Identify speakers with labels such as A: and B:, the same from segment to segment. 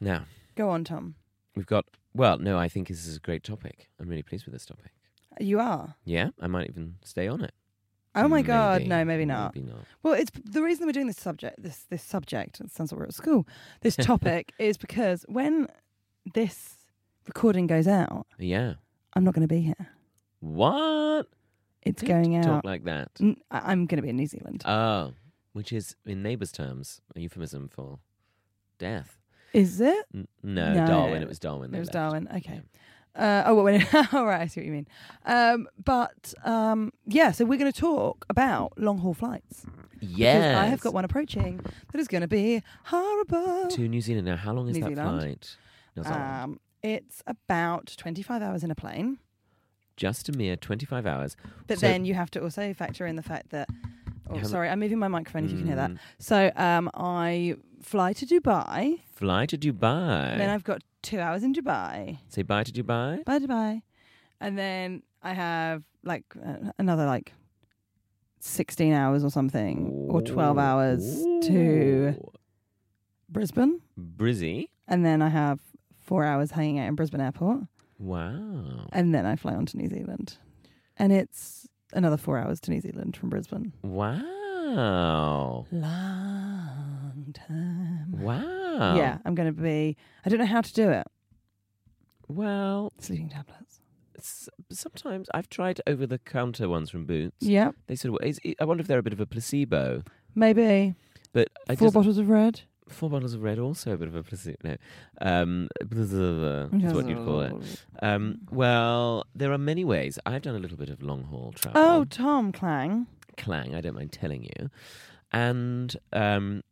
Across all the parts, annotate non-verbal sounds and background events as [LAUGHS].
A: now
B: go on, Tom.
A: we've got. Well, no, I think this is a great topic. I'm really pleased with this topic.
B: You are.
A: Yeah, I might even stay on it.
B: Oh my God!
A: Maybe.
B: No, maybe not.
A: Maybe not.
B: Well, it's the reason we're doing this subject. This this subject. It sounds like we're at school. This topic is because when this recording goes out,
A: Yeah.
B: I'm not going to be here.
A: What?
B: It's
A: Don't
B: going out.
A: Talk like that.
B: N- I- I'm going to be in New Zealand.
A: Oh, which is in neighbours' terms a euphemism for death.
B: is it?
A: N- no,
B: No.
A: Darwin. It was Darwin. that
B: It was
A: left.
B: Darwin. Okay. Uh, oh, well, when, [LAUGHS] all right. I see what you mean. Um, but um, yeah, so we're going to talk about long haul flights. because
A: Yeah.
B: I have got one approaching that is going to be horrible.
A: to New Zealand now. How long is
B: New
A: that
B: Zealand.
A: flight? Not that long.
B: Um, it's about 25 hours in a plane.
A: Just a mere 25 hours.
B: But
A: So-
B: then you have to also factor in the fact that. Oh,
A: haven't-
B: sorry, I'm moving my microphone if you can hear that.
A: Mm.
B: So um, I fly to Dubai.
A: Fly to Dubai.
B: Then I've got two hours in Dubai.
A: Say bye to Dubai.
B: Bye, Dubai. And then I have like uh, another like 16 hours or something, or 12 hours to
A: Ooh.
B: Brisbane.
A: Brizzy.
B: And then I have four hours hanging out in Brisbane airport.
A: Wow.
B: and then I fly on to New Zealand, and it's another four hours to New Zealand from Brisbane.
A: Wow.
B: Long time.
A: Wow.
B: Yeah, I'm going to be. I don't know how to do it.
A: Well,
B: Sleeping tablets.
A: s- sometimes I've tried over the counter ones from Boots.
B: Yeah,
A: They sort of. Is, I wonder if they're a bit of a placebo.
B: maybe
A: But I
B: four
A: just,
B: bottles of red.
A: four bottles of red also a bit of a placebo. No, um,
B: Mm-hmm.
A: is what you'd call it. Um, well, there are many ways. I've done a little bit of long haul travel.
B: Oh, Tom Clang.
A: clang! I don't mind telling you, and um,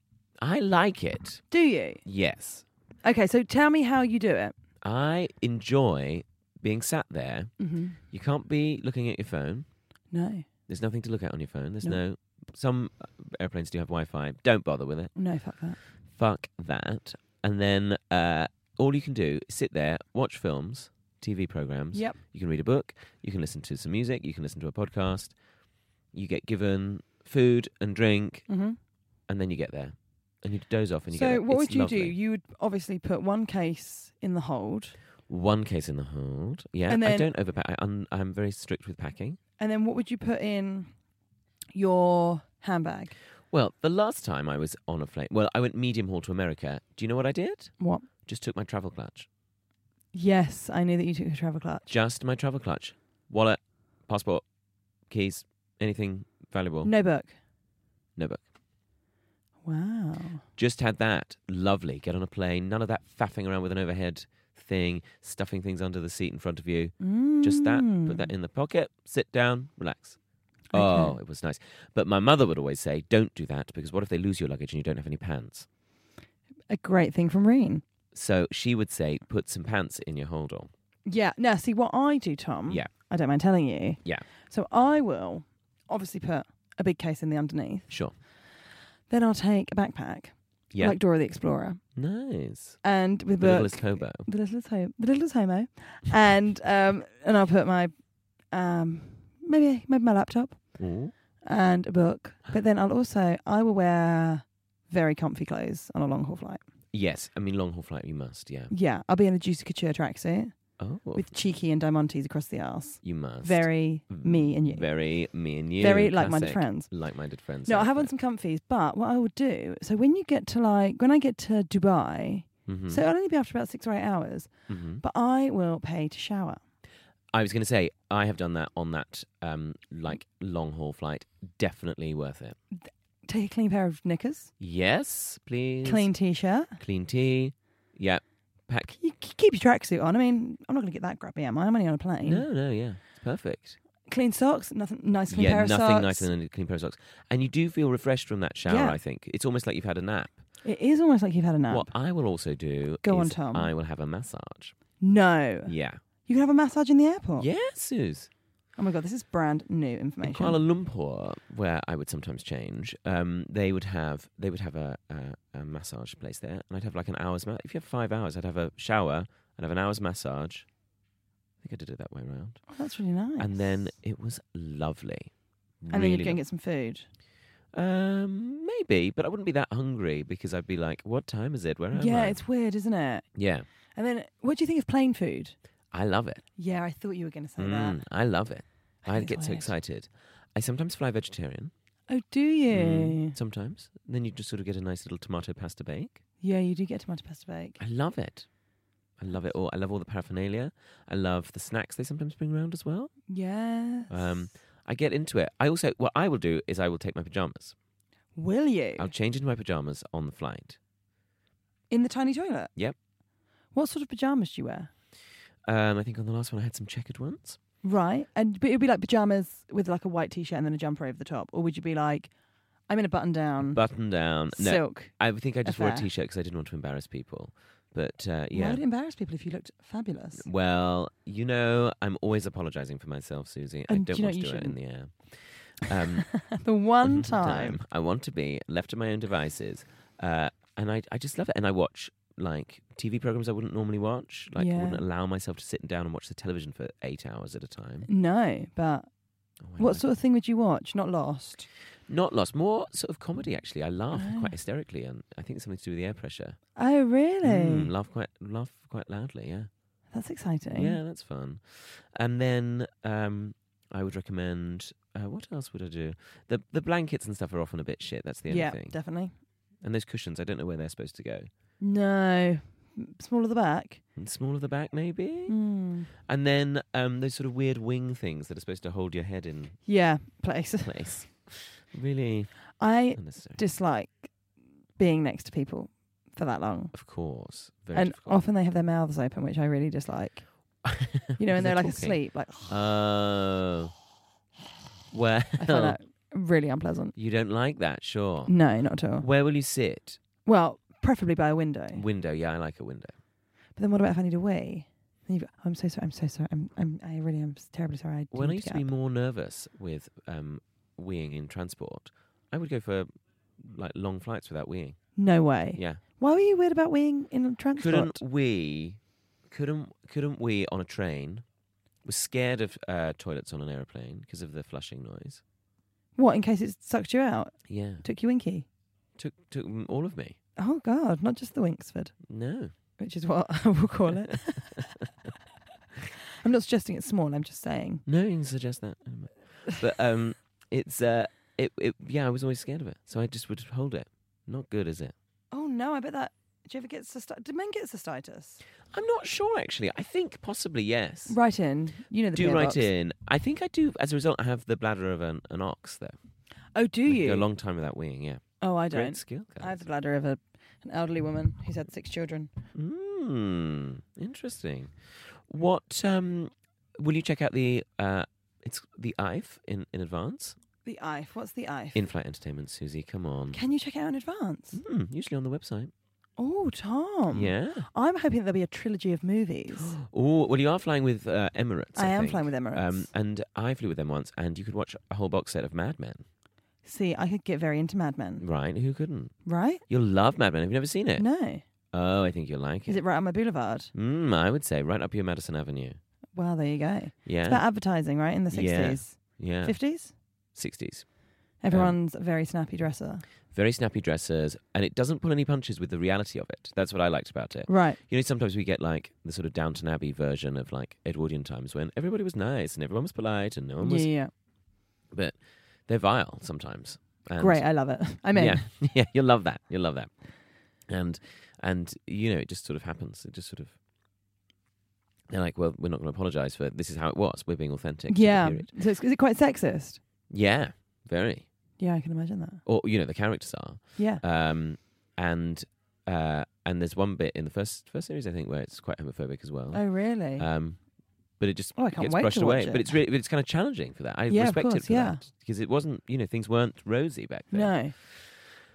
A: I like it.
B: Do you?
A: Yes,
B: Okay, so tell me how you do it.
A: I enjoy being sat there.
B: Mm-hmm.
A: You can't be looking at your phone.
B: No,
A: There's nothing to look at on your phone. There's
B: No.
A: no. Some uh, airplanes do have Wi-Fi. Don't bother with it.
B: no, fuck that.
A: Mm-hmm. Fuck that. And then uh, all you can do is sit there, watch films, TV programs.
B: Yep.
A: You can read a book. You can listen to some music. You can listen to a podcast. You get given food and drink,
B: Mm-hmm.
A: and then you get there, and you doze off, and you get.
B: So,
A: there.
B: what
A: It's
B: would you do?
A: lovely.
B: You would obviously put one case in the hold,
A: One case in the hold. Yeah.
B: And
A: I
B: then-
A: don't overpack. I, un- I'm very strict with packing.
B: and then what would you put in your handbag?
A: Well, the last time I was on a plane, well, I went medium haul to America. Do you know what I did?
B: What?
A: Just took my travel clutch.
B: Yes, I knew that you took a travel clutch.
A: Just my travel clutch. Wallet, passport, keys, anything valuable.
B: No book.
A: No book.
B: Wow.
A: Just had that. Lovely. Get on a plane. None of that faffing around with an overhead thing, stuffing things under the seat in front of you. Just that.
B: Mm.
A: Put that in the pocket. Sit down. Relax. Oh,
B: Hmm. Okay.
A: it was nice. But my mother would always say, don't do that because what if they lose your luggage and you don't have any pants?
B: A great thing from Reen.
A: So she would say, put some pants in your hold on.
B: Yeah. Now, see what I do, Tom.
A: Yeah.
B: I don't mind telling you.
A: Yeah.
B: So I will obviously put a big case in the underneath.
A: Sure.
B: Then I'll take a backpack,
A: Yeah.
B: like Dora the Explorer,
A: nice.
B: and with
A: The
B: book,
A: littlest hobo.
B: the littlest homo, the littlest homo, and um, and I'll put my, um, maybe maybe my laptop
A: Ooh.
B: and a book, but then I'll also I will wear very comfy clothes on a long haul flight.
A: Yes. I mean, long haul flight, you must. Yeah.
B: Yeah, I'll be in a Juicy Couture tracksuit
A: Oh.
B: with cheeky and diamantes across the arse.
A: you must.
B: Very me and you.
A: Very me and you.
B: Very like-minded
A: Classic
B: friends.
A: Like-minded friends.
B: No, I have on
A: outfit.
B: some comfies, but what I would do, so when you get to like, when I get to Dubai,
A: Mhm.
B: so I'll only be after about six or eight hours,
A: Mhm.
B: but I will pay to shower.
A: I was going to say I have done that on that um like long haul flight. Definitely worth it.
B: Take a clean pair of knickers,
A: Yes, please.
B: clean t shirt.
A: Clean tea. Yeah. Pack.
B: You k- keep your tracksuit on. I mean, I'm not going to get that grubby, am I? I'm only on a plane.
A: No, no, yeah. It's perfect.
B: Clean socks, nothing nice clean
A: yeah,
B: pair of
A: nothing
B: socks.
A: nicer than a clean pair of socks. And you do feel refreshed from that shower,
B: Yeah.
A: I think. It's almost like you've had a nap.
B: It is almost like you've had a nap.
A: What I will also do
B: Go on,
A: is
B: Tom.
A: I will have a massage.
B: No.
A: Yeah.
B: You can have a massage in the airport.
A: Yes, Suze.
B: Oh my God, this is brand new
A: In
B: information.
A: Kuala Lumpur, where I would sometimes change, um, they would have they would have a, a, a massage place there, and I'd have like an hour's ma- if you have five hours, I'd have a shower and have an hour's massage. I think I did it that way around,
B: Oh, that's really nice.
A: and then it was lovely.
B: and then
A: really
B: you'd go and get some food.
A: lo- um, maybe, but I wouldn't be that hungry because I'd be like, "What time is it? Where am
B: yeah,
A: I?"
B: it's weird, isn't it?
A: yeah,
B: And then, what do you think of plain food?
A: I love it.
B: Yeah, I thought you were going to say
A: Mm, I love it.
B: I
A: I,
B: think
A: get
B: it's
A: so
B: weird.
A: excited. I sometimes fly vegetarian.
B: that. Oh, do you?
A: mm, sometimes. Then you just sort of get a nice little tomato pasta bake.
B: Yeah, you do get tomato pasta bake.
A: I love it. I love it all. I love all the paraphernalia. I love the snacks they sometimes bring around as well.
B: Yes.
A: Um, I get into it. I also, what I will do is I will take my pajamas.
B: Will you?
A: I'll change into my pajamas on the flight.
B: In the tiny toilet?
A: Yep.
B: What sort of pajamas do you wear?
A: Um, I think on the last one I had some checkered ones.
B: Right. And but it would be like pajamas with like a white t shirt and then a jumper over the top. Or would you be like, I'm in a button down
A: Button down. No,
B: silk?
A: I think I just wore a
B: affair.
A: t-shirt because I didn't want to embarrass people. But uh,
B: Why
A: yeah,
B: would it embarrass people if you looked
A: [LAUGHS]
B: fabulous? [LAUGHS]
A: Well, you know, I'm always apologizing for myself, Susie. I
B: And
A: don't
B: you know
A: want to
B: you
A: do it in the air.
B: [LAUGHS]
A: Um, [LAUGHS]
B: the one time.
A: I want to be left to my own devices, uh, and I, I just love it. And I watch like TV programs I wouldn't normally watch. Like, I
B: Yeah.
A: wouldn't allow myself to sit down and watch the television for eight hours at a time.
B: No, but
A: Oh, I
B: what
A: like-
B: sort of thing would you watch? Not Lost.
A: Not lost, more sort of comedy. Actually, I laugh
B: Oh.
A: quite hysterically, and I think it's something to do with the air pressure.
B: Oh, really?
A: Mm, laugh quite, laugh quite loudly. Yeah.
B: That's exciting.
A: Yeah, that's fun. And then um, I would recommend. Uh, what else would I do? The the blankets and stuff are often a bit shit. That's the only
B: yeah,
A: thing.
B: definitely.
A: and those cushions, I don't know where they're supposed to go.
B: No, smaller the back.
A: And small of the back, maybe.
B: Mm.
A: And then um, those sort of weird wing things that are supposed to hold your head
B: [LAUGHS]
A: in
B: Yeah, place. [LAUGHS]
A: place. really
B: I
A: unnecessary.
B: dislike being next to people for that long,
A: of course, very
B: and
A: difficult.
B: often they have their mouths open, which I really
A: [LAUGHS]
B: dislike. You know,
A: Because
B: and they're like
A: talking.
B: asleep. Like
A: Oh, well, [LAUGHS]
B: I find that really unpleasant.
A: you don't like that, sure.
B: No, not at all.
A: Where will you sit?
B: Well, preferably by a window.
A: Window. Yeah, I like a window.
B: But then what about if I need a wee? Then you go, oh, I'm so sorry. I'm so sorry. I'm. I'm I really am terribly sorry. I didn't
A: When I
B: mean
A: used to
B: get
A: be
B: up."
A: more nervous with um, weeing in transport, I would go for like long flights without weeing.
B: No way.
A: Yeah,
B: Why were you weird about weeing in transport?
A: couldn't wee, couldn't couldn't wee on a train. Was scared of uh, toilets on an aeroplane because of the flushing noise.
B: What in case it sucked you out?
A: Yeah,
B: Took you winky?
A: took took mm, all of me.
B: Oh God, not just the Winksford,
A: No, [LAUGHS]
B: which is what [LAUGHS] I will call it. I'm not suggesting it's small. I'm just saying.
A: no, you can suggest that. But um, it's uh, it, it yeah, I was always scared of it, so I just would hold it. Not good, is it?
B: Oh no, I bet that. Do you ever get cystitis? Do men get cystitis?
A: I'm not sure actually. I think possibly yes.
B: Write in. You know the
A: do
B: PO
A: write
B: box.
A: in. I think I do. As a result, I have the bladder of an, an ox, though.
B: Oh, do
A: I can
B: you?
A: Go a long time without weeing. Yeah.
B: oh, I
A: Great
B: don't.
A: skill,
B: I have
A: guys.
B: the bladder of a, an elderly woman who's had six children.
A: Mm, interesting. What um, will you check out the? Uh, it's the IFE in in advance.
B: The IFE. What's the IFE?
A: In-flight entertainment, Susie. Come on.
B: Can you check it out in advance?
A: Mm, usually on the website.
B: Oh, Tom.
A: Yeah.
B: I'm hoping there'll be a trilogy of movies.
A: [GASPS] Oh, well, you are flying with uh, Emirates. I,
B: I am
A: think.
B: flying with Emirates.
A: Um, and I flew with them once, and you could watch a whole box set of Mad Men.
B: See, I could get very into Mad Men,
A: Right? Who couldn't?
B: right?
A: You'll love Mad Men. Have you never seen it?
B: No.
A: Oh, I think you'll like
B: Is
A: it.
B: it right on my boulevard?
A: Mm, I would say right up your Madison Avenue.
B: Wow, there you go. It's about
A: Yeah.
B: advertising, right? In the
A: Yeah.
B: 60s,
A: Yeah.
B: 50s?
A: 60s.
B: Everyone's a very snappy dresser.
A: Very snappy dressers, and it doesn't pull any punches with the reality of it. That's what I liked about it.
B: Right.
A: You know, sometimes we get like the sort of Downton Abbey version of like Edwardian times when everybody was nice and everyone was polite and no one
B: Yeah,
A: was.
B: yeah, yeah.
A: But they're vile sometimes. And
B: Great. I love it. [LAUGHS] I'm in.
A: Yeah, [LAUGHS] yeah, you'll love that. You'll love that. And and you know, it just sort of happens. It just sort of they're like, well, we're not going to apologize for this is how it was. We're being authentic. to the
B: Yeah.
A: period."
B: So it's, is it quite sexist?
A: yeah, very.
B: Yeah, I can imagine that.
A: Or you know, the characters are.
B: Yeah.
A: Um, and uh, and there's one bit in the first first series I think where it's quite homophobic as well.
B: Oh, really?
A: Um, but it just
B: Oh, I can't
A: gets
B: wait
A: brushed
B: to
A: away.
B: watch it.
A: But it's really but it's kind of challenging for that. I
B: Yeah, of
A: respect it
B: course,
A: for
B: yeah.
A: that because it wasn't you know things weren't rosy back then.
B: no.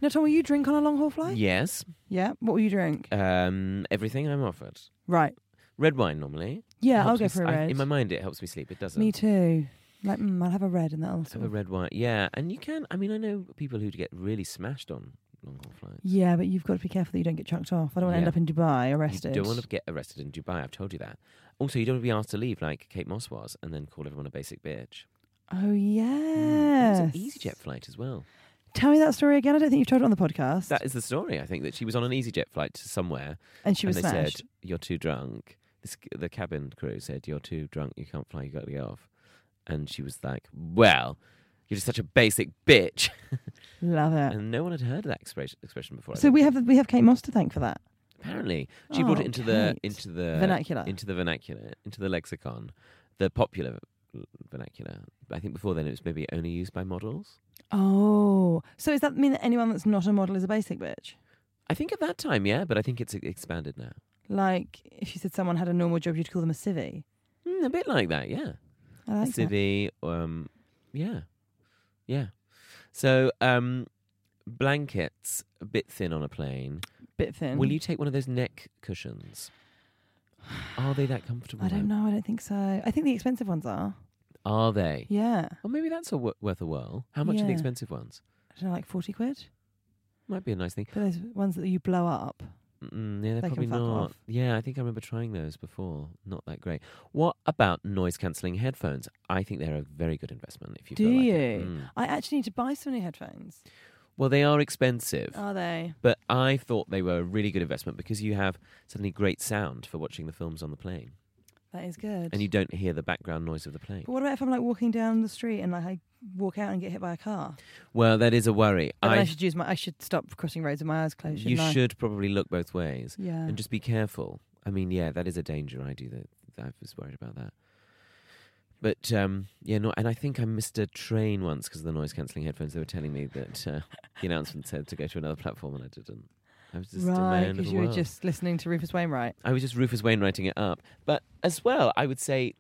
B: No, Tom, will you drink on a long haul flight?
A: Yes.
B: Yeah. What will you drink?
A: Um, everything I'm offered.
B: Right.
A: Red wine normally.
B: Yeah, I'll
A: Helps
B: go
A: me
B: for a
A: s- I-
B: red.
A: in my mind, it helps me sleep. It doesn't.
B: Me too. Like, mm, I'll have a red and that'll
A: Have
B: sort
A: a
B: of-
A: red wine. Yeah, and you can. I mean, I know people who get really smashed on long haul flights.
B: Yeah, but you've got to be careful that you don't get chucked off. I don't want to end
A: Yeah.
B: up in Dubai arrested.
A: You don't want to get arrested in Dubai. I've told you that. Also, you don't want to be asked to leave like Kate Moss was, and then call everyone a basic bitch.
B: Oh
A: It was
B: yes.
A: an EasyJet flight as well.
B: Tell me that story again. I don't think you've told it on the podcast.
A: That is the story. I think that she was on an EasyJet flight to somewhere,
B: and she was
A: and they
B: smashed.
A: said you're too drunk. This, the cabin crew said you're too drunk. You can't fly. You got to get off. And she was like, "Well, you're just such a basic bitch."
B: Love it.
A: And no one had heard that expression, expression before. I
B: Uh. so
A: don't
B: we
A: think.
B: have we have Kate Moss to thank for that.
A: apparently she brought
B: Oh,
A: it into the
B: Kate.
A: into the
B: Vernacular.
A: into the vernacular, into the lexicon, the popular l- vernacular. I think before then it was maybe only used by models.
B: Oh, so does that mean that anyone that's not a model is a basic bitch?
A: I think at that time, yeah, but I think it's e- expanded now.
B: Like if you said someone had a normal job, you'd call them a civvy.
A: Mm, a bit like that, yeah.
B: I like that.
A: Civvy, um, yeah, yeah. So um, blankets a bit thin on a plane.
B: Bit thin.
A: Will you take one of those neck cushions? Are they that comfortable?
B: I don't
A: though?
B: know. I don't think so. I think the expensive ones are.
A: Are they?
B: Yeah.
A: Well, maybe that's a w- worth a whirl. How much are the
B: Yeah.
A: expensive ones?
B: I don't know, like forty quid.
A: Might be a nice thing.
B: But those ones that you blow up.
A: Mm, yeah, they're
B: They can
A: probably
B: fuck
A: not.
B: off.
A: Yeah, I think I remember trying those before. Not that great. What about noise cancelling headphones? I think they're a very good investment if you
B: Do
A: feel like
B: you?
A: it. Mm.
B: I actually need to buy some new headphones.
A: Well, they are expensive,
B: Are they?
A: but I thought they were a really good investment because you have suddenly great sound for watching the films on the plane,
B: That is good.
A: and you don't hear the background noise of the plane.
B: But what about if I'm like walking down the street and like I walk out and get hit by a car?
A: Well, that is a worry.
B: I, I should use my. I should stop crossing roads with my eyes closed.
A: you
B: shouldn't I?
A: should probably look both ways.
B: Yeah.
A: and just be careful. I mean, yeah, that is a danger. I do that. I was worried about that. But um, yeah, no, and I think I missed a train once because of the noise cancelling headphones. They were telling me that uh, the announcement said to go to another platform, and I didn't. I was just in my
B: right,
A: own
B: because
A: little
B: you were
A: world.
B: just listening to Rufus Wainwright.
A: I was just Rufus Wainwrighting it up. But as well, I would say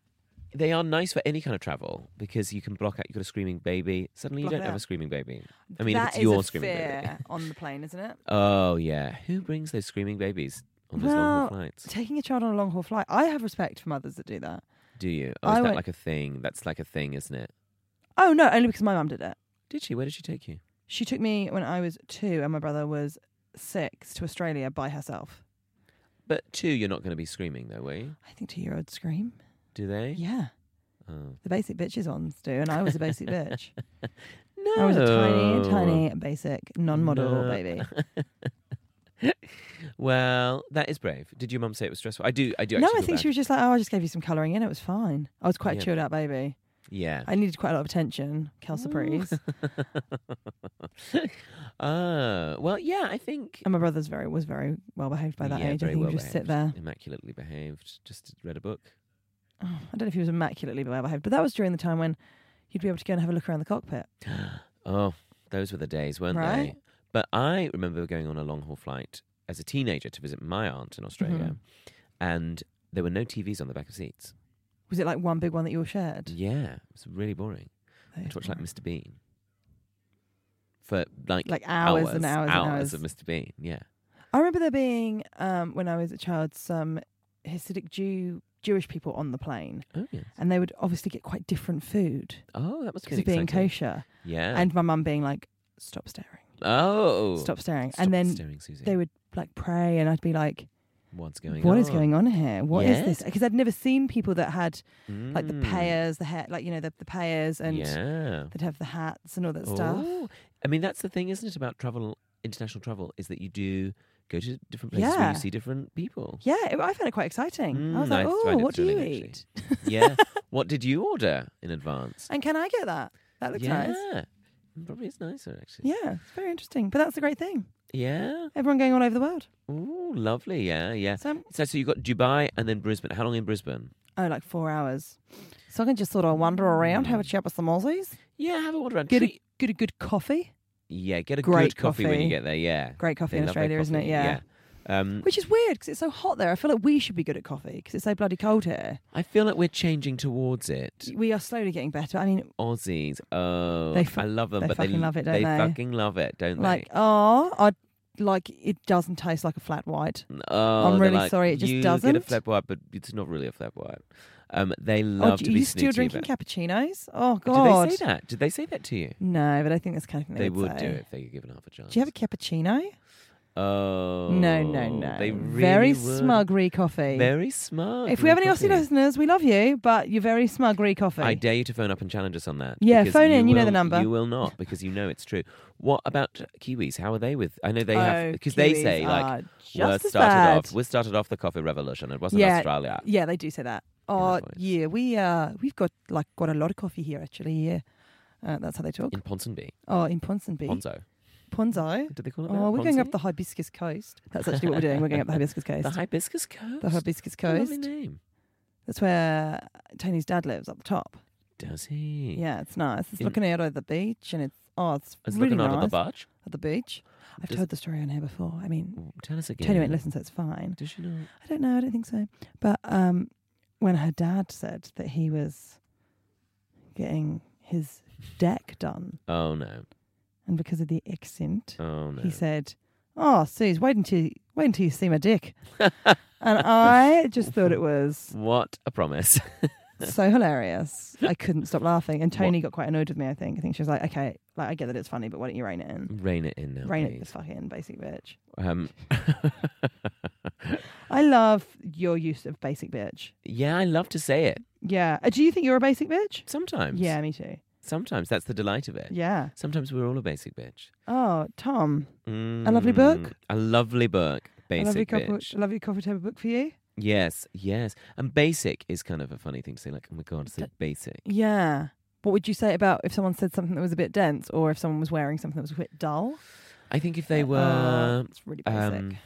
A: they are nice for any kind of travel because you can block out. You've got a screaming baby. Suddenly,
B: Block
A: you
B: it
A: don't have
B: out.
A: a screaming baby. I mean,
B: That
A: if
B: is
A: it's your
B: a
A: screaming baby.
B: fear on the plane, isn't it?
A: Oh yeah, who brings those screaming babies on those long
B: Well,
A: flights?
B: [LAUGHS] Taking a child on a long haul flight, I have respect for mothers that do that.
A: Do you?
B: I
A: Oh, is that
B: went-
A: like a thing? That's like a thing, isn't it?
B: Oh no, only because my mum did it.
A: Did she? Where did she take you?
B: She took me when I was two and my brother was six to Australia by herself.
A: But two, you're not going to be screaming though, were you?
B: I think two year olds scream.
A: Do they?
B: Yeah,
A: Oh.
B: the basic bitches ones do, and I was a basic [LAUGHS] bitch.
A: No.
B: I was a tiny, tiny, basic, non-model
A: No.
B: baby.
A: [LAUGHS] Well, that is brave. Did your mum say it was stressful? I do. I do.
B: No,
A: actually
B: I
A: feel
B: think
A: bad.
B: she was just like, oh, I just gave you some colouring in. It was fine. I was quite a
A: Yeah.
B: chilled out baby.
A: Yeah.
B: I needed quite a lot of attention.
A: [LAUGHS]
B: Calciprease.
A: Uh, well, yeah. I think.
B: and my brother's very was very well behaved by that
A: Yeah,
B: age. I
A: very
B: think
A: well
B: he would just sit there.
A: behaved, Immaculately behaved. Just read a book.
B: Oh, I don't know if he was immaculately well behaved, but that was during the time when you'd be able to go and have a look around the cockpit.
A: Oh, those were the days, weren't
B: Right?
A: they? But I remember going on a long haul flight as a teenager to visit my aunt in Australia,
B: Mm-hmm.
A: and there were no TVs on the back of seats.
B: Was it like one big one that you all shared?
A: Yeah, it was really boring. I had to watch Mm. like Mr. Bean for like
B: Like hours and hours and hours.
A: of Mr. Bean. Yeah,
B: I remember there being um, when I was a child some Hasidic Jew Jewish people on the plane,
A: Oh, yes.
B: and they would obviously get quite different food
A: oh that must be
B: because of being
A: exciting.
B: kosher.
A: Yeah.
B: And my mum being like, "Stop staring,
A: oh,
B: stop staring,"
A: Stop
B: and then
A: staring, Susie.
B: they would like pray, and I'd be like,
A: What's going on?
B: "What is going on here? What is
A: Yes.
B: this?" Because I'd never seen people that had like the
A: Mm.
B: payers, the hair, like you know the the payers, and
A: yeah.
B: they'd have the hats and all that stuff.
A: Oh. I mean, that's the thing, isn't it, about travel, international travel, is that you do go to different places where
B: Yeah.
A: you see different people.
B: Yeah, it, I found it quite exciting. I was
A: Mm,
B: like,
A: I
B: "Oh,
A: find it
B: what do you
A: thrilling, actually.
B: eat? [LAUGHS]
A: yeah. What did you order in advance?
B: And can I get that? That looks
A: yeah.
B: nice."
A: Probably is nicer, actually.
B: Yeah, it's very interesting. But that's the great thing.
A: Yeah.
B: Everyone going all over the world.
A: Ooh, lovely. Yeah, yeah.
B: So I'm-
A: So, so you got Dubai and then Brisbane. How long in Brisbane?
B: Oh, like four hours. So I can just sort of wander around,
A: Hmm.
B: have a chat with some Aussies,
A: Yeah, have a water around.
B: get a,
A: Treat-
B: get a good coffee.
A: yeah, get a
B: great
A: good coffee, when
B: coffee.
A: you get there. Yeah,
B: Great coffee
A: They
B: in
A: love their
B: Australia, isn't it?
A: coffee,
B: Yeah.
A: yeah. Um,
B: Which is weird because it's so hot there. I feel like we should be good at coffee because it's so bloody cold here.
A: I feel like we're changing towards it.
B: We are slowly getting better. I mean,
A: Aussies, oh,
B: They fu-
A: I love them,
B: they
A: but they
B: fucking love it, don't they?
A: fucking love it, don't
B: like, oh, I like it doesn't taste like a flat white.
A: they? Oh, they're
B: really
A: like,
B: sorry, it just
A: you Get a
B: doesn't."
A: flat white, but it's not really a flat white. Um, they love
B: oh,
A: to
B: do
A: be
B: you still
A: snooty
B: drinking
A: about-
B: cappuccinos? Oh God,
A: Did they say that? Did they say that to you?
B: no, but I think that's kind of thing
A: They,
B: they,
A: would
B: say.
A: do it if they were given half a chance.
B: Do you have a cappuccino?
A: Oh
B: no, no, no.
A: They really
B: very
A: would.
B: smuggery coffee.
A: Very smug.
B: If we have any
A: coffee.
B: Aussie listeners, we love you, but you're very smuggery coffee.
A: I dare you to phone up and challenge us on that.
B: Yeah,
A: because
B: phone in, you know the
A: will-
B: number.
A: You will not because you know it's true. What about Kiwis? How are they with? I know they have
B: Oh,
A: because they
B: Kiwis
A: say
B: are
A: like we're
B: just as
A: started
B: bad."
A: off. We started off the coffee revolution. It wasn't
B: yeah,
A: Australia.
B: Yeah, they do say that. Oh
A: their voice.
B: yeah, we uh we've got like got a lot of coffee here actually. Yeah, uh, that's how they talk.
A: In Ponsonby,
B: oh, in Ponsonby,
A: Ponzo.
B: Ponzo.
A: Did they call it that?
B: Oh, we're going up
A: Ponzi?
B: the hibiscus coast. That's actually what we're doing. We're
A: [LAUGHS]
B: going up the hibiscus coast.
A: the hibiscus coast.
B: The hibiscus
A: What a lovely
B: coast.
A: name.
B: That's where Tony's dad lives up the top.
A: Does he?
B: Yeah, it's nice. It's
A: In-
B: looking out over the beach, and it's oh, it's
A: It's
B: really
A: looking
B: nice
A: out at the barge.
B: at the beach. I've
A: Does-
B: told the story on here before. I mean,
A: Tell us again.
B: Tony won't listen, so it's fine.
A: Does she not?
B: I don't know. I don't think so. But um, when her dad said that he was getting his deck done,
A: Oh no.
B: and because of the accent,
A: Oh no.
B: he said, "Oh, Suze, wait until wait until you see my dick."
A: [LAUGHS]
B: and I just thought it was
A: What a promise. [LAUGHS]
B: so hilarious. I couldn't stop laughing, and Tony got quite annoyed with me. I think. I think she was like, "Okay, like I get that it's funny, but why don't you rein it in?
A: Rein it in now.
B: rein it the
A: please.
B: fuck in, basic bitch."
A: Um, [LAUGHS]
B: I love your use of basic bitch.
A: yeah, I love to say it.
B: Yeah. Uh, Do you think you're a basic bitch?
A: Sometimes.
B: Yeah, me too.
A: Sometimes that's the delight of it.
B: Yeah.
A: Sometimes we're all a basic bitch.
B: Oh, Tom, lovely
A: Mm,
B: book?
A: A lovely book. Basic
B: a lovely couple,
A: bitch.
B: a lovely coffee table book for you.
A: Yes, yes. And basic is kind of a funny thing to say. Like, oh my god, so basic.
B: Yeah. What would you say about if someone said something that was a bit dense, or if someone was wearing something that was a bit dull?
A: I think if they
B: Uh,
A: were,
B: it's really basic.
A: um,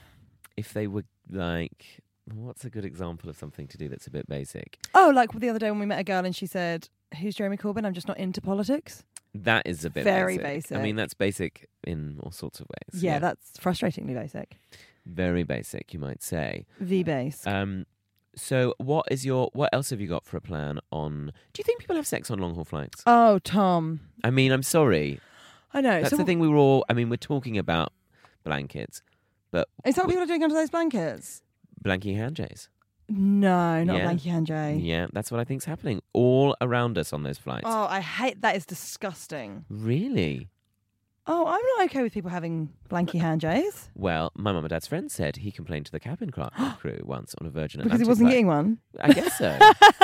A: if they were like, what's a good example of something to do that's a bit basic?
B: oh, like the other day when we met a girl and she said, "Who's Jeremy Corbyn? I'm just not into politics."
A: That is a bit
B: Very
A: I mean,
B: basic.
A: that's basic in all sorts of ways.
B: Yeah, that's frustratingly basic.
A: very basic, you might say.
B: V base.
A: Um, so what is your what else have you got for a plan on? Do you think people have sex on long haul flights?
B: oh, Tom,
A: I mean, I'm sorry,
B: I know.
A: that's
B: so
A: the thing we were all. I mean, we're talking about blankets, but
B: Is that what people are doing under those blankets?
A: blankie hand jays.
B: No, not
A: Yeah.
B: blankie Hanjay.
A: Yeah, that's what I think's happening all around us on those flights.
B: Oh, I hate that. Is disgusting.
A: Really?
B: Oh, I'm not okay with people having blankie Hanjays.
A: Well, my mum and dad's friend said he complained to the cabin cra-
B: [GASPS]
A: crew once on a Virgin
B: because
A: Atlantic
B: he wasn't
A: flight.
B: getting one.
A: I guess so.
B: [LAUGHS]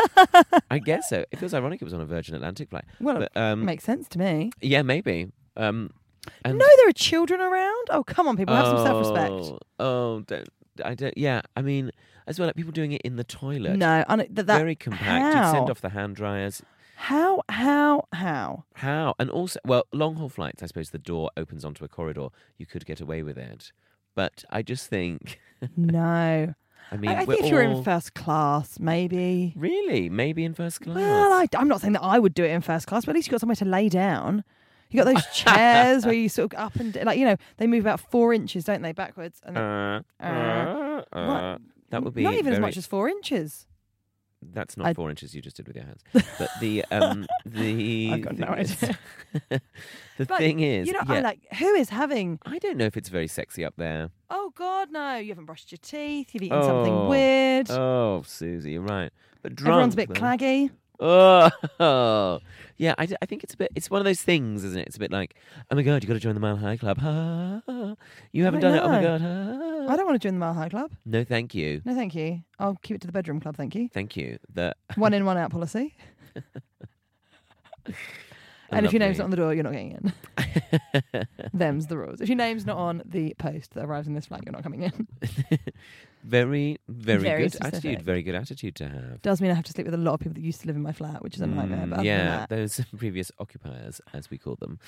A: I guess so. It feels ironic it was on a Virgin Atlantic flight.
B: Well,
A: But, [LAUGHS] um,
B: makes sense to me.
A: yeah, maybe. Um, and
B: No, there are children around. Oh, come on, people, have some self-respect.
A: Oh, Oh, don't. I don't. Yeah, I mean, as well, like people doing it in the toilet.
B: No, I don't- that, that
A: very compact.
B: How?
A: You send off the hand dryers.
B: How? How? How?
A: [LAUGHS] How? And also, well, long haul flights. I suppose the door opens onto a corridor. You could get away with it, but I just think.
B: No.
A: I mean,
B: I, I
A: we're
B: think if you're
A: all-
B: in first class, maybe.
A: Really, maybe in first class.
B: Well, I, am not saying that I would do it in first class, but at least you got somewhere to lay down. You got those chairs where you sort of up and like you know they move about four inches, don't they, backwards? And
A: Uh,
B: Uh,
A: uh, uh,
B: what?
A: that would be
B: not even as
A: very-
B: much as four inches.
A: That's not
B: I-
A: four inches you just did with your hands. But
B: [LAUGHS]
A: the um the
B: I've got
A: [LAUGHS]
B: no
A: thing is-
B: idea.
A: the
B: But,
A: thing is,
B: you know,
A: yeah,
B: I'm like, who is having?
A: I don't know if it's very sexy up there.
B: Oh God, no! You haven't brushed your teeth. You've eaten
A: Oh.
B: something weird.
A: Oh, Susie, you're right. But drunk,
B: Everyone's a bit
A: though.
B: claggy.
A: Oh, [LAUGHS] yeah. I, d- I think it's a bit. It's one of those things, isn't it? It's a bit like, oh my god, you got to join the Mile High Club. Ah, you haven't
B: I
A: done it. Oh my
B: know.
A: god. ah.
B: I don't want to join the Mile High Club.
A: No, thank you.
B: No, thank you. I'll keep it to the bedroom club. Thank
A: [LAUGHS]
B: you.
A: Thank you. The
B: One in, one out policy. and if your name's not on the door, you're not getting in. Them's the rules. If your name's not on the post that arrives in this flat, you're not coming in.
A: [LAUGHS]
B: [LAUGHS]
A: very, very,
B: Very
A: good
B: specific.
A: attitude. Very good attitude to have.
B: Does mean I have to sleep with a lot of people that used to live in my flat, which is a nightmare.
A: Mm,
B: But other than
A: yeah,
B: that-
A: those [LAUGHS] previous occupiers, as we call them.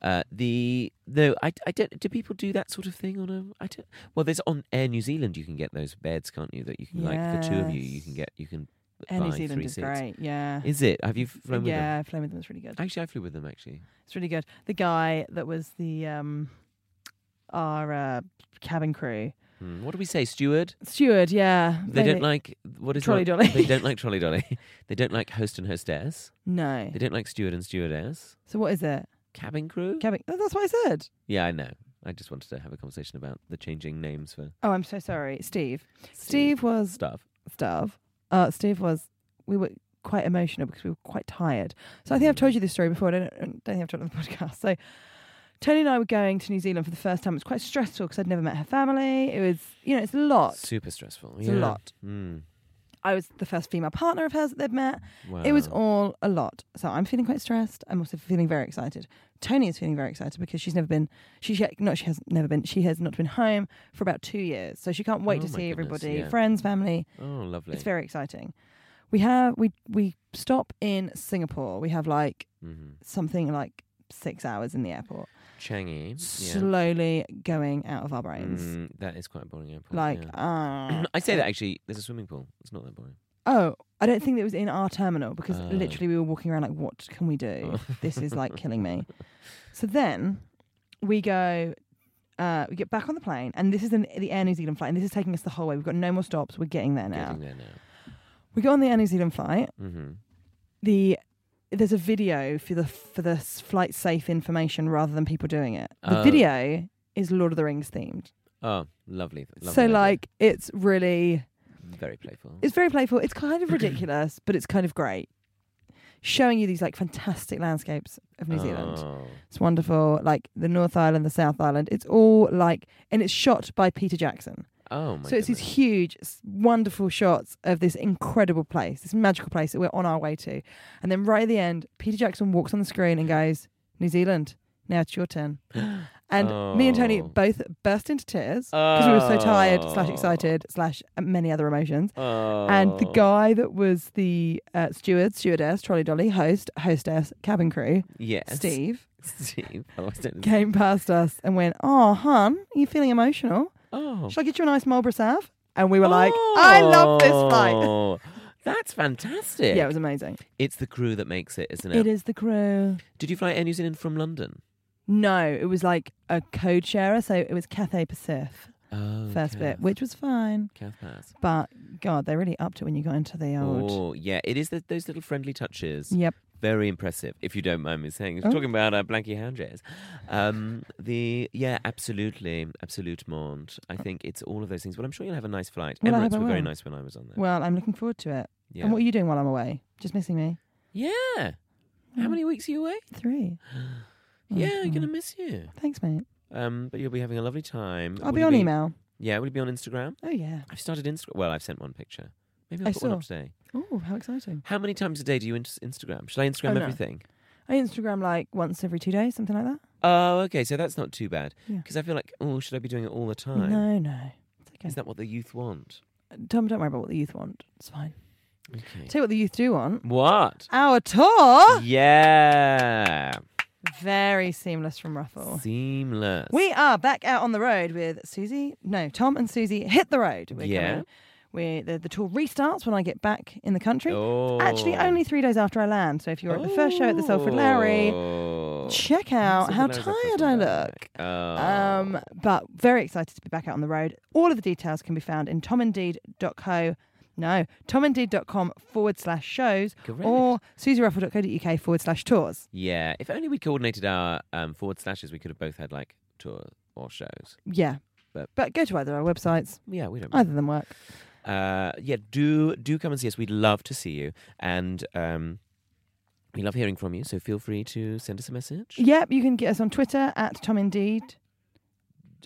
A: Uh, the no, I, I don't. Do people do that sort of thing on a? I don't. Well, there's on Air New Zealand. You can get those beds, can't you? That you can like the two of you. You can
B: Yes.
A: get. You can.
B: Air New
A: buy
B: Zealand
A: three
B: is
A: seats.
B: great. Yeah.
A: Is it? Have you flown with them?
B: yeah, Flame with them is really good.
A: Actually, I flew with them. Actually,
B: It's really good. The guy that was the um our uh, cabin crew
A: Hmm, what do we say, steward?
B: steward. Yeah,
A: They don't like what is
B: Trolley
A: it?
B: dolly.
A: They don't like trolley
B: [LAUGHS]
A: dolly. they don't like host and hostess.
B: no.
A: They don't like steward and stewardess.
B: So what is it?
A: Cabin crew.
B: Cabin. oh, That's what I said.
A: yeah, I know. I just wanted to have a conversation about the changing names for
B: Oh, I'm so sorry, Steve. Steve, was
A: stuff.
B: Stav. Uh, Steve was. We were quite emotional because we were quite tired. So I think I've told you this story before. I don't, I don't think I've told it on the [LAUGHS] podcast. So Tony and I were going to New Zealand for the first time. It was quite stressful because I'd never met her family. It was, you know, it's a lot.
A: Super stressful.
B: It's a
A: yeah.
B: lot.
A: Mm.
B: I was the first female partner of hers that they'd met.
A: Wow.
B: It was all a lot. So I'm feeling quite stressed. I'm also feeling very excited. Tony is feeling very excited because she's never been, she, she not she has never been, she has not been home for about two years. So she can't wait
A: Oh
B: to
A: my
B: see
A: goodness,
B: everybody,
A: yeah.
B: friends, family.
A: Oh, lovely.
B: It's very exciting. We have, we, we stop in Singapore. We have like
A: hmm
B: something like six hours in the airport,
A: Changi. Yeah.
B: slowly going out of our brains.
A: Mm, that is quite a boring airport.
B: Like,
A: yeah.
B: ah.
A: [CLEARS THROAT] I say that actually. There's a swimming pool. It's not that boring.
B: Oh, I don't think that it was in our terminal because
A: Oh.
B: literally we were walking around like, what can we
A: [LAUGHS]
B: do? this is like killing me. So then we go, uh, we get back on the plane, and this is an, the Air New Zealand flight, and this is taking us the whole way. We've got no more stops. We're getting there now.
A: Getting there now.
B: We go on the Air New Zealand flight.
A: hmm
B: The there's a video for the for the s- flight safe information rather than people doing it. The
A: Oh.
B: video is Lord of the Rings themed.
A: Oh, lovely. lovely
B: so
A: idea.
B: like it's really
A: very playful.
B: It's very playful. It's kind
A: [CLEARS THROAT]
B: of ridiculous, but it's kind of great. Showing you these like fantastic landscapes of New Zealand.
A: Oh.
B: It's wonderful. Like the North Island, the South Island. It's all like, and it's shot by Peter Jackson.
A: Oh my.
B: so it's
A: goodness.
B: these huge, s- wonderful shots of this incredible place, this magical place that we're on our way to. And then right at the end, Peter Jackson walks on the screen and goes, New Zealand, now it's your
A: [GASPS]
B: turn. And me and Tony
A: Oh.
B: both burst into tears because we were so tired, slash
A: Oh.
B: excited, slash many other emotions.
A: Oh.
B: And the guy that was the uh, steward, stewardess, trolley dolly, host, hostess, cabin crew,
A: Yes. Mm.
B: Steve,
A: Steve. Oh, Otherwise known as-
B: came past us and went, Oh, hun, are you feeling emotional?
A: Oh.
B: Shall I get you a nice Marlboro Sav? And we were like, I love this flight.
A: Oh. [LAUGHS] That's fantastic.
B: Yeah, it was amazing.
A: It's the crew that makes it, isn't it?
B: It is the crew.
A: Did you fly Air New Zealand from London?
B: No, it was like a code sharer. So it was Cathay Pacific,
A: Oh,
B: first
A: Kath-
B: bit, which was fine.
A: Kath Pass.
B: But God, they really upped it when you got into the old.
A: Oh, yeah. It is the, those little friendly touches.
B: Yep.
A: Very impressive, if you don't mind me saying.
B: Oh.
A: Talking about uh, Blanky Handjazz. Um, the, yeah, absolutely. Absolute Mond. I think it's all of those things. But I'm sure you'll have a nice flight.
B: Well, I hope
A: Emirates
B: I
A: were very
B: will.
A: nice when I was on there.
B: Well, I'm looking forward to it.
A: yeah.
B: And what are you doing while I'm away? Just missing me?
A: yeah. How many weeks are you away?
B: Three. Oh,
A: yeah, I'm going to miss you.
B: Thanks, mate.
A: Um, but you'll be having a lovely time.
B: I'll
A: Will
B: be
A: you
B: on email.
A: Yeah, will you be on Instagram?
B: Oh yeah.
A: I've started Instagram. Well, I've sent one picture. Maybe I'll
B: I
A: put one up
B: saw.
A: today.
B: Oh, how exciting!
A: How many times a day do you ins- Instagram? Should I Instagram
B: Oh, no.
A: everything?
B: I Instagram like once every two days, something like that.
A: Oh, okay. So that's not too bad.
B: Yeah.
A: Because I feel like, oh, should I be doing it all the time?
B: No, no, it's okay. Uh,
A: Is that what the youth want?
B: Tom, don't worry about what the youth want. It's fine.
A: Okay.
B: Tell you what the youth do want.
A: What?
B: Our tour,
A: Yeah.
B: very seamless from Ruffle.
A: Seamless.
B: Oh. We are back out on the road with Susie. No, Tom and Susie hit the road. We're
A: Yeah.
B: coming. We the, the tour restarts when I get back in the country.
A: Oh.
B: Actually, only three days after I land. So if you were at the first show at the Salford Lowry,
A: Oh.
B: check out
A: Salford
B: how
A: Lowry's our first
B: tired I
A: one
B: look.
A: back. Oh.
B: Um, but very excited to be back out on the road. All of the details can be found in tomindeed.co No, tomindeed.com forward slash shows or susieruffle.co.uk forward slash tours.
A: Yeah. If only we coordinated our um, forward slashes, we could have both had like tour or shows.
B: Yeah.
A: But-
B: But go to either our websites,
A: Yeah, we don't. mind.
B: either of them work.
A: Uh, yeah, do do come and see us. We'd love to see you, and um, we love hearing from you. So feel free to send us a message.
B: Yep, you can get us on Twitter at Tom Indeed.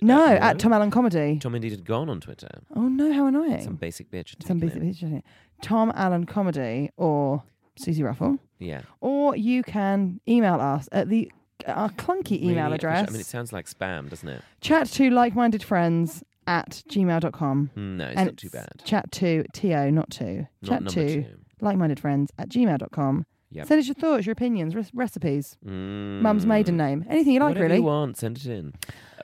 B: No,
A: no.
B: at Tom Allen Comedy.
A: Tom indeed had gone on Twitter.
B: oh no, how annoying.
A: Some basic bitch. had
B: Some
A: taken
B: basic
A: it.
B: picture, isn't it? Tom Allen Comedy or Susie Ruffle.
A: Yeah.
B: Or you can email us at the our clunky email
A: Really,
B: address
A: I mean, it sounds like spam, doesn't it?
B: chat to like minded friends at gmail.com.
A: Hmm, No, it's
B: and
A: not too bad.
B: Chat to TO, not to.
A: Not
B: Chat
A: number
B: to
A: two.
B: like minded friends at gmail.com.
A: Yep.
B: Send us your thoughts, your opinions, re- recipes,
A: Mm.
B: mum's maiden name, anything you like,
A: Whatever
B: really.
A: you want, send it in.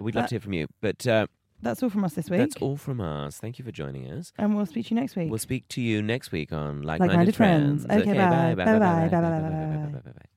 A: We'd love
B: That-
A: to hear from you. But uh,
B: That's all from us this week.
A: that's all from us. Thank you for joining us.
B: And we'll speak to you next week.
A: We'll speak to you next week on Like
B: Like-minded
A: Minded Friends.
B: Friends. Okay, bye. Bye-bye, bye-bye, bye-bye, bye-bye,
A: bye.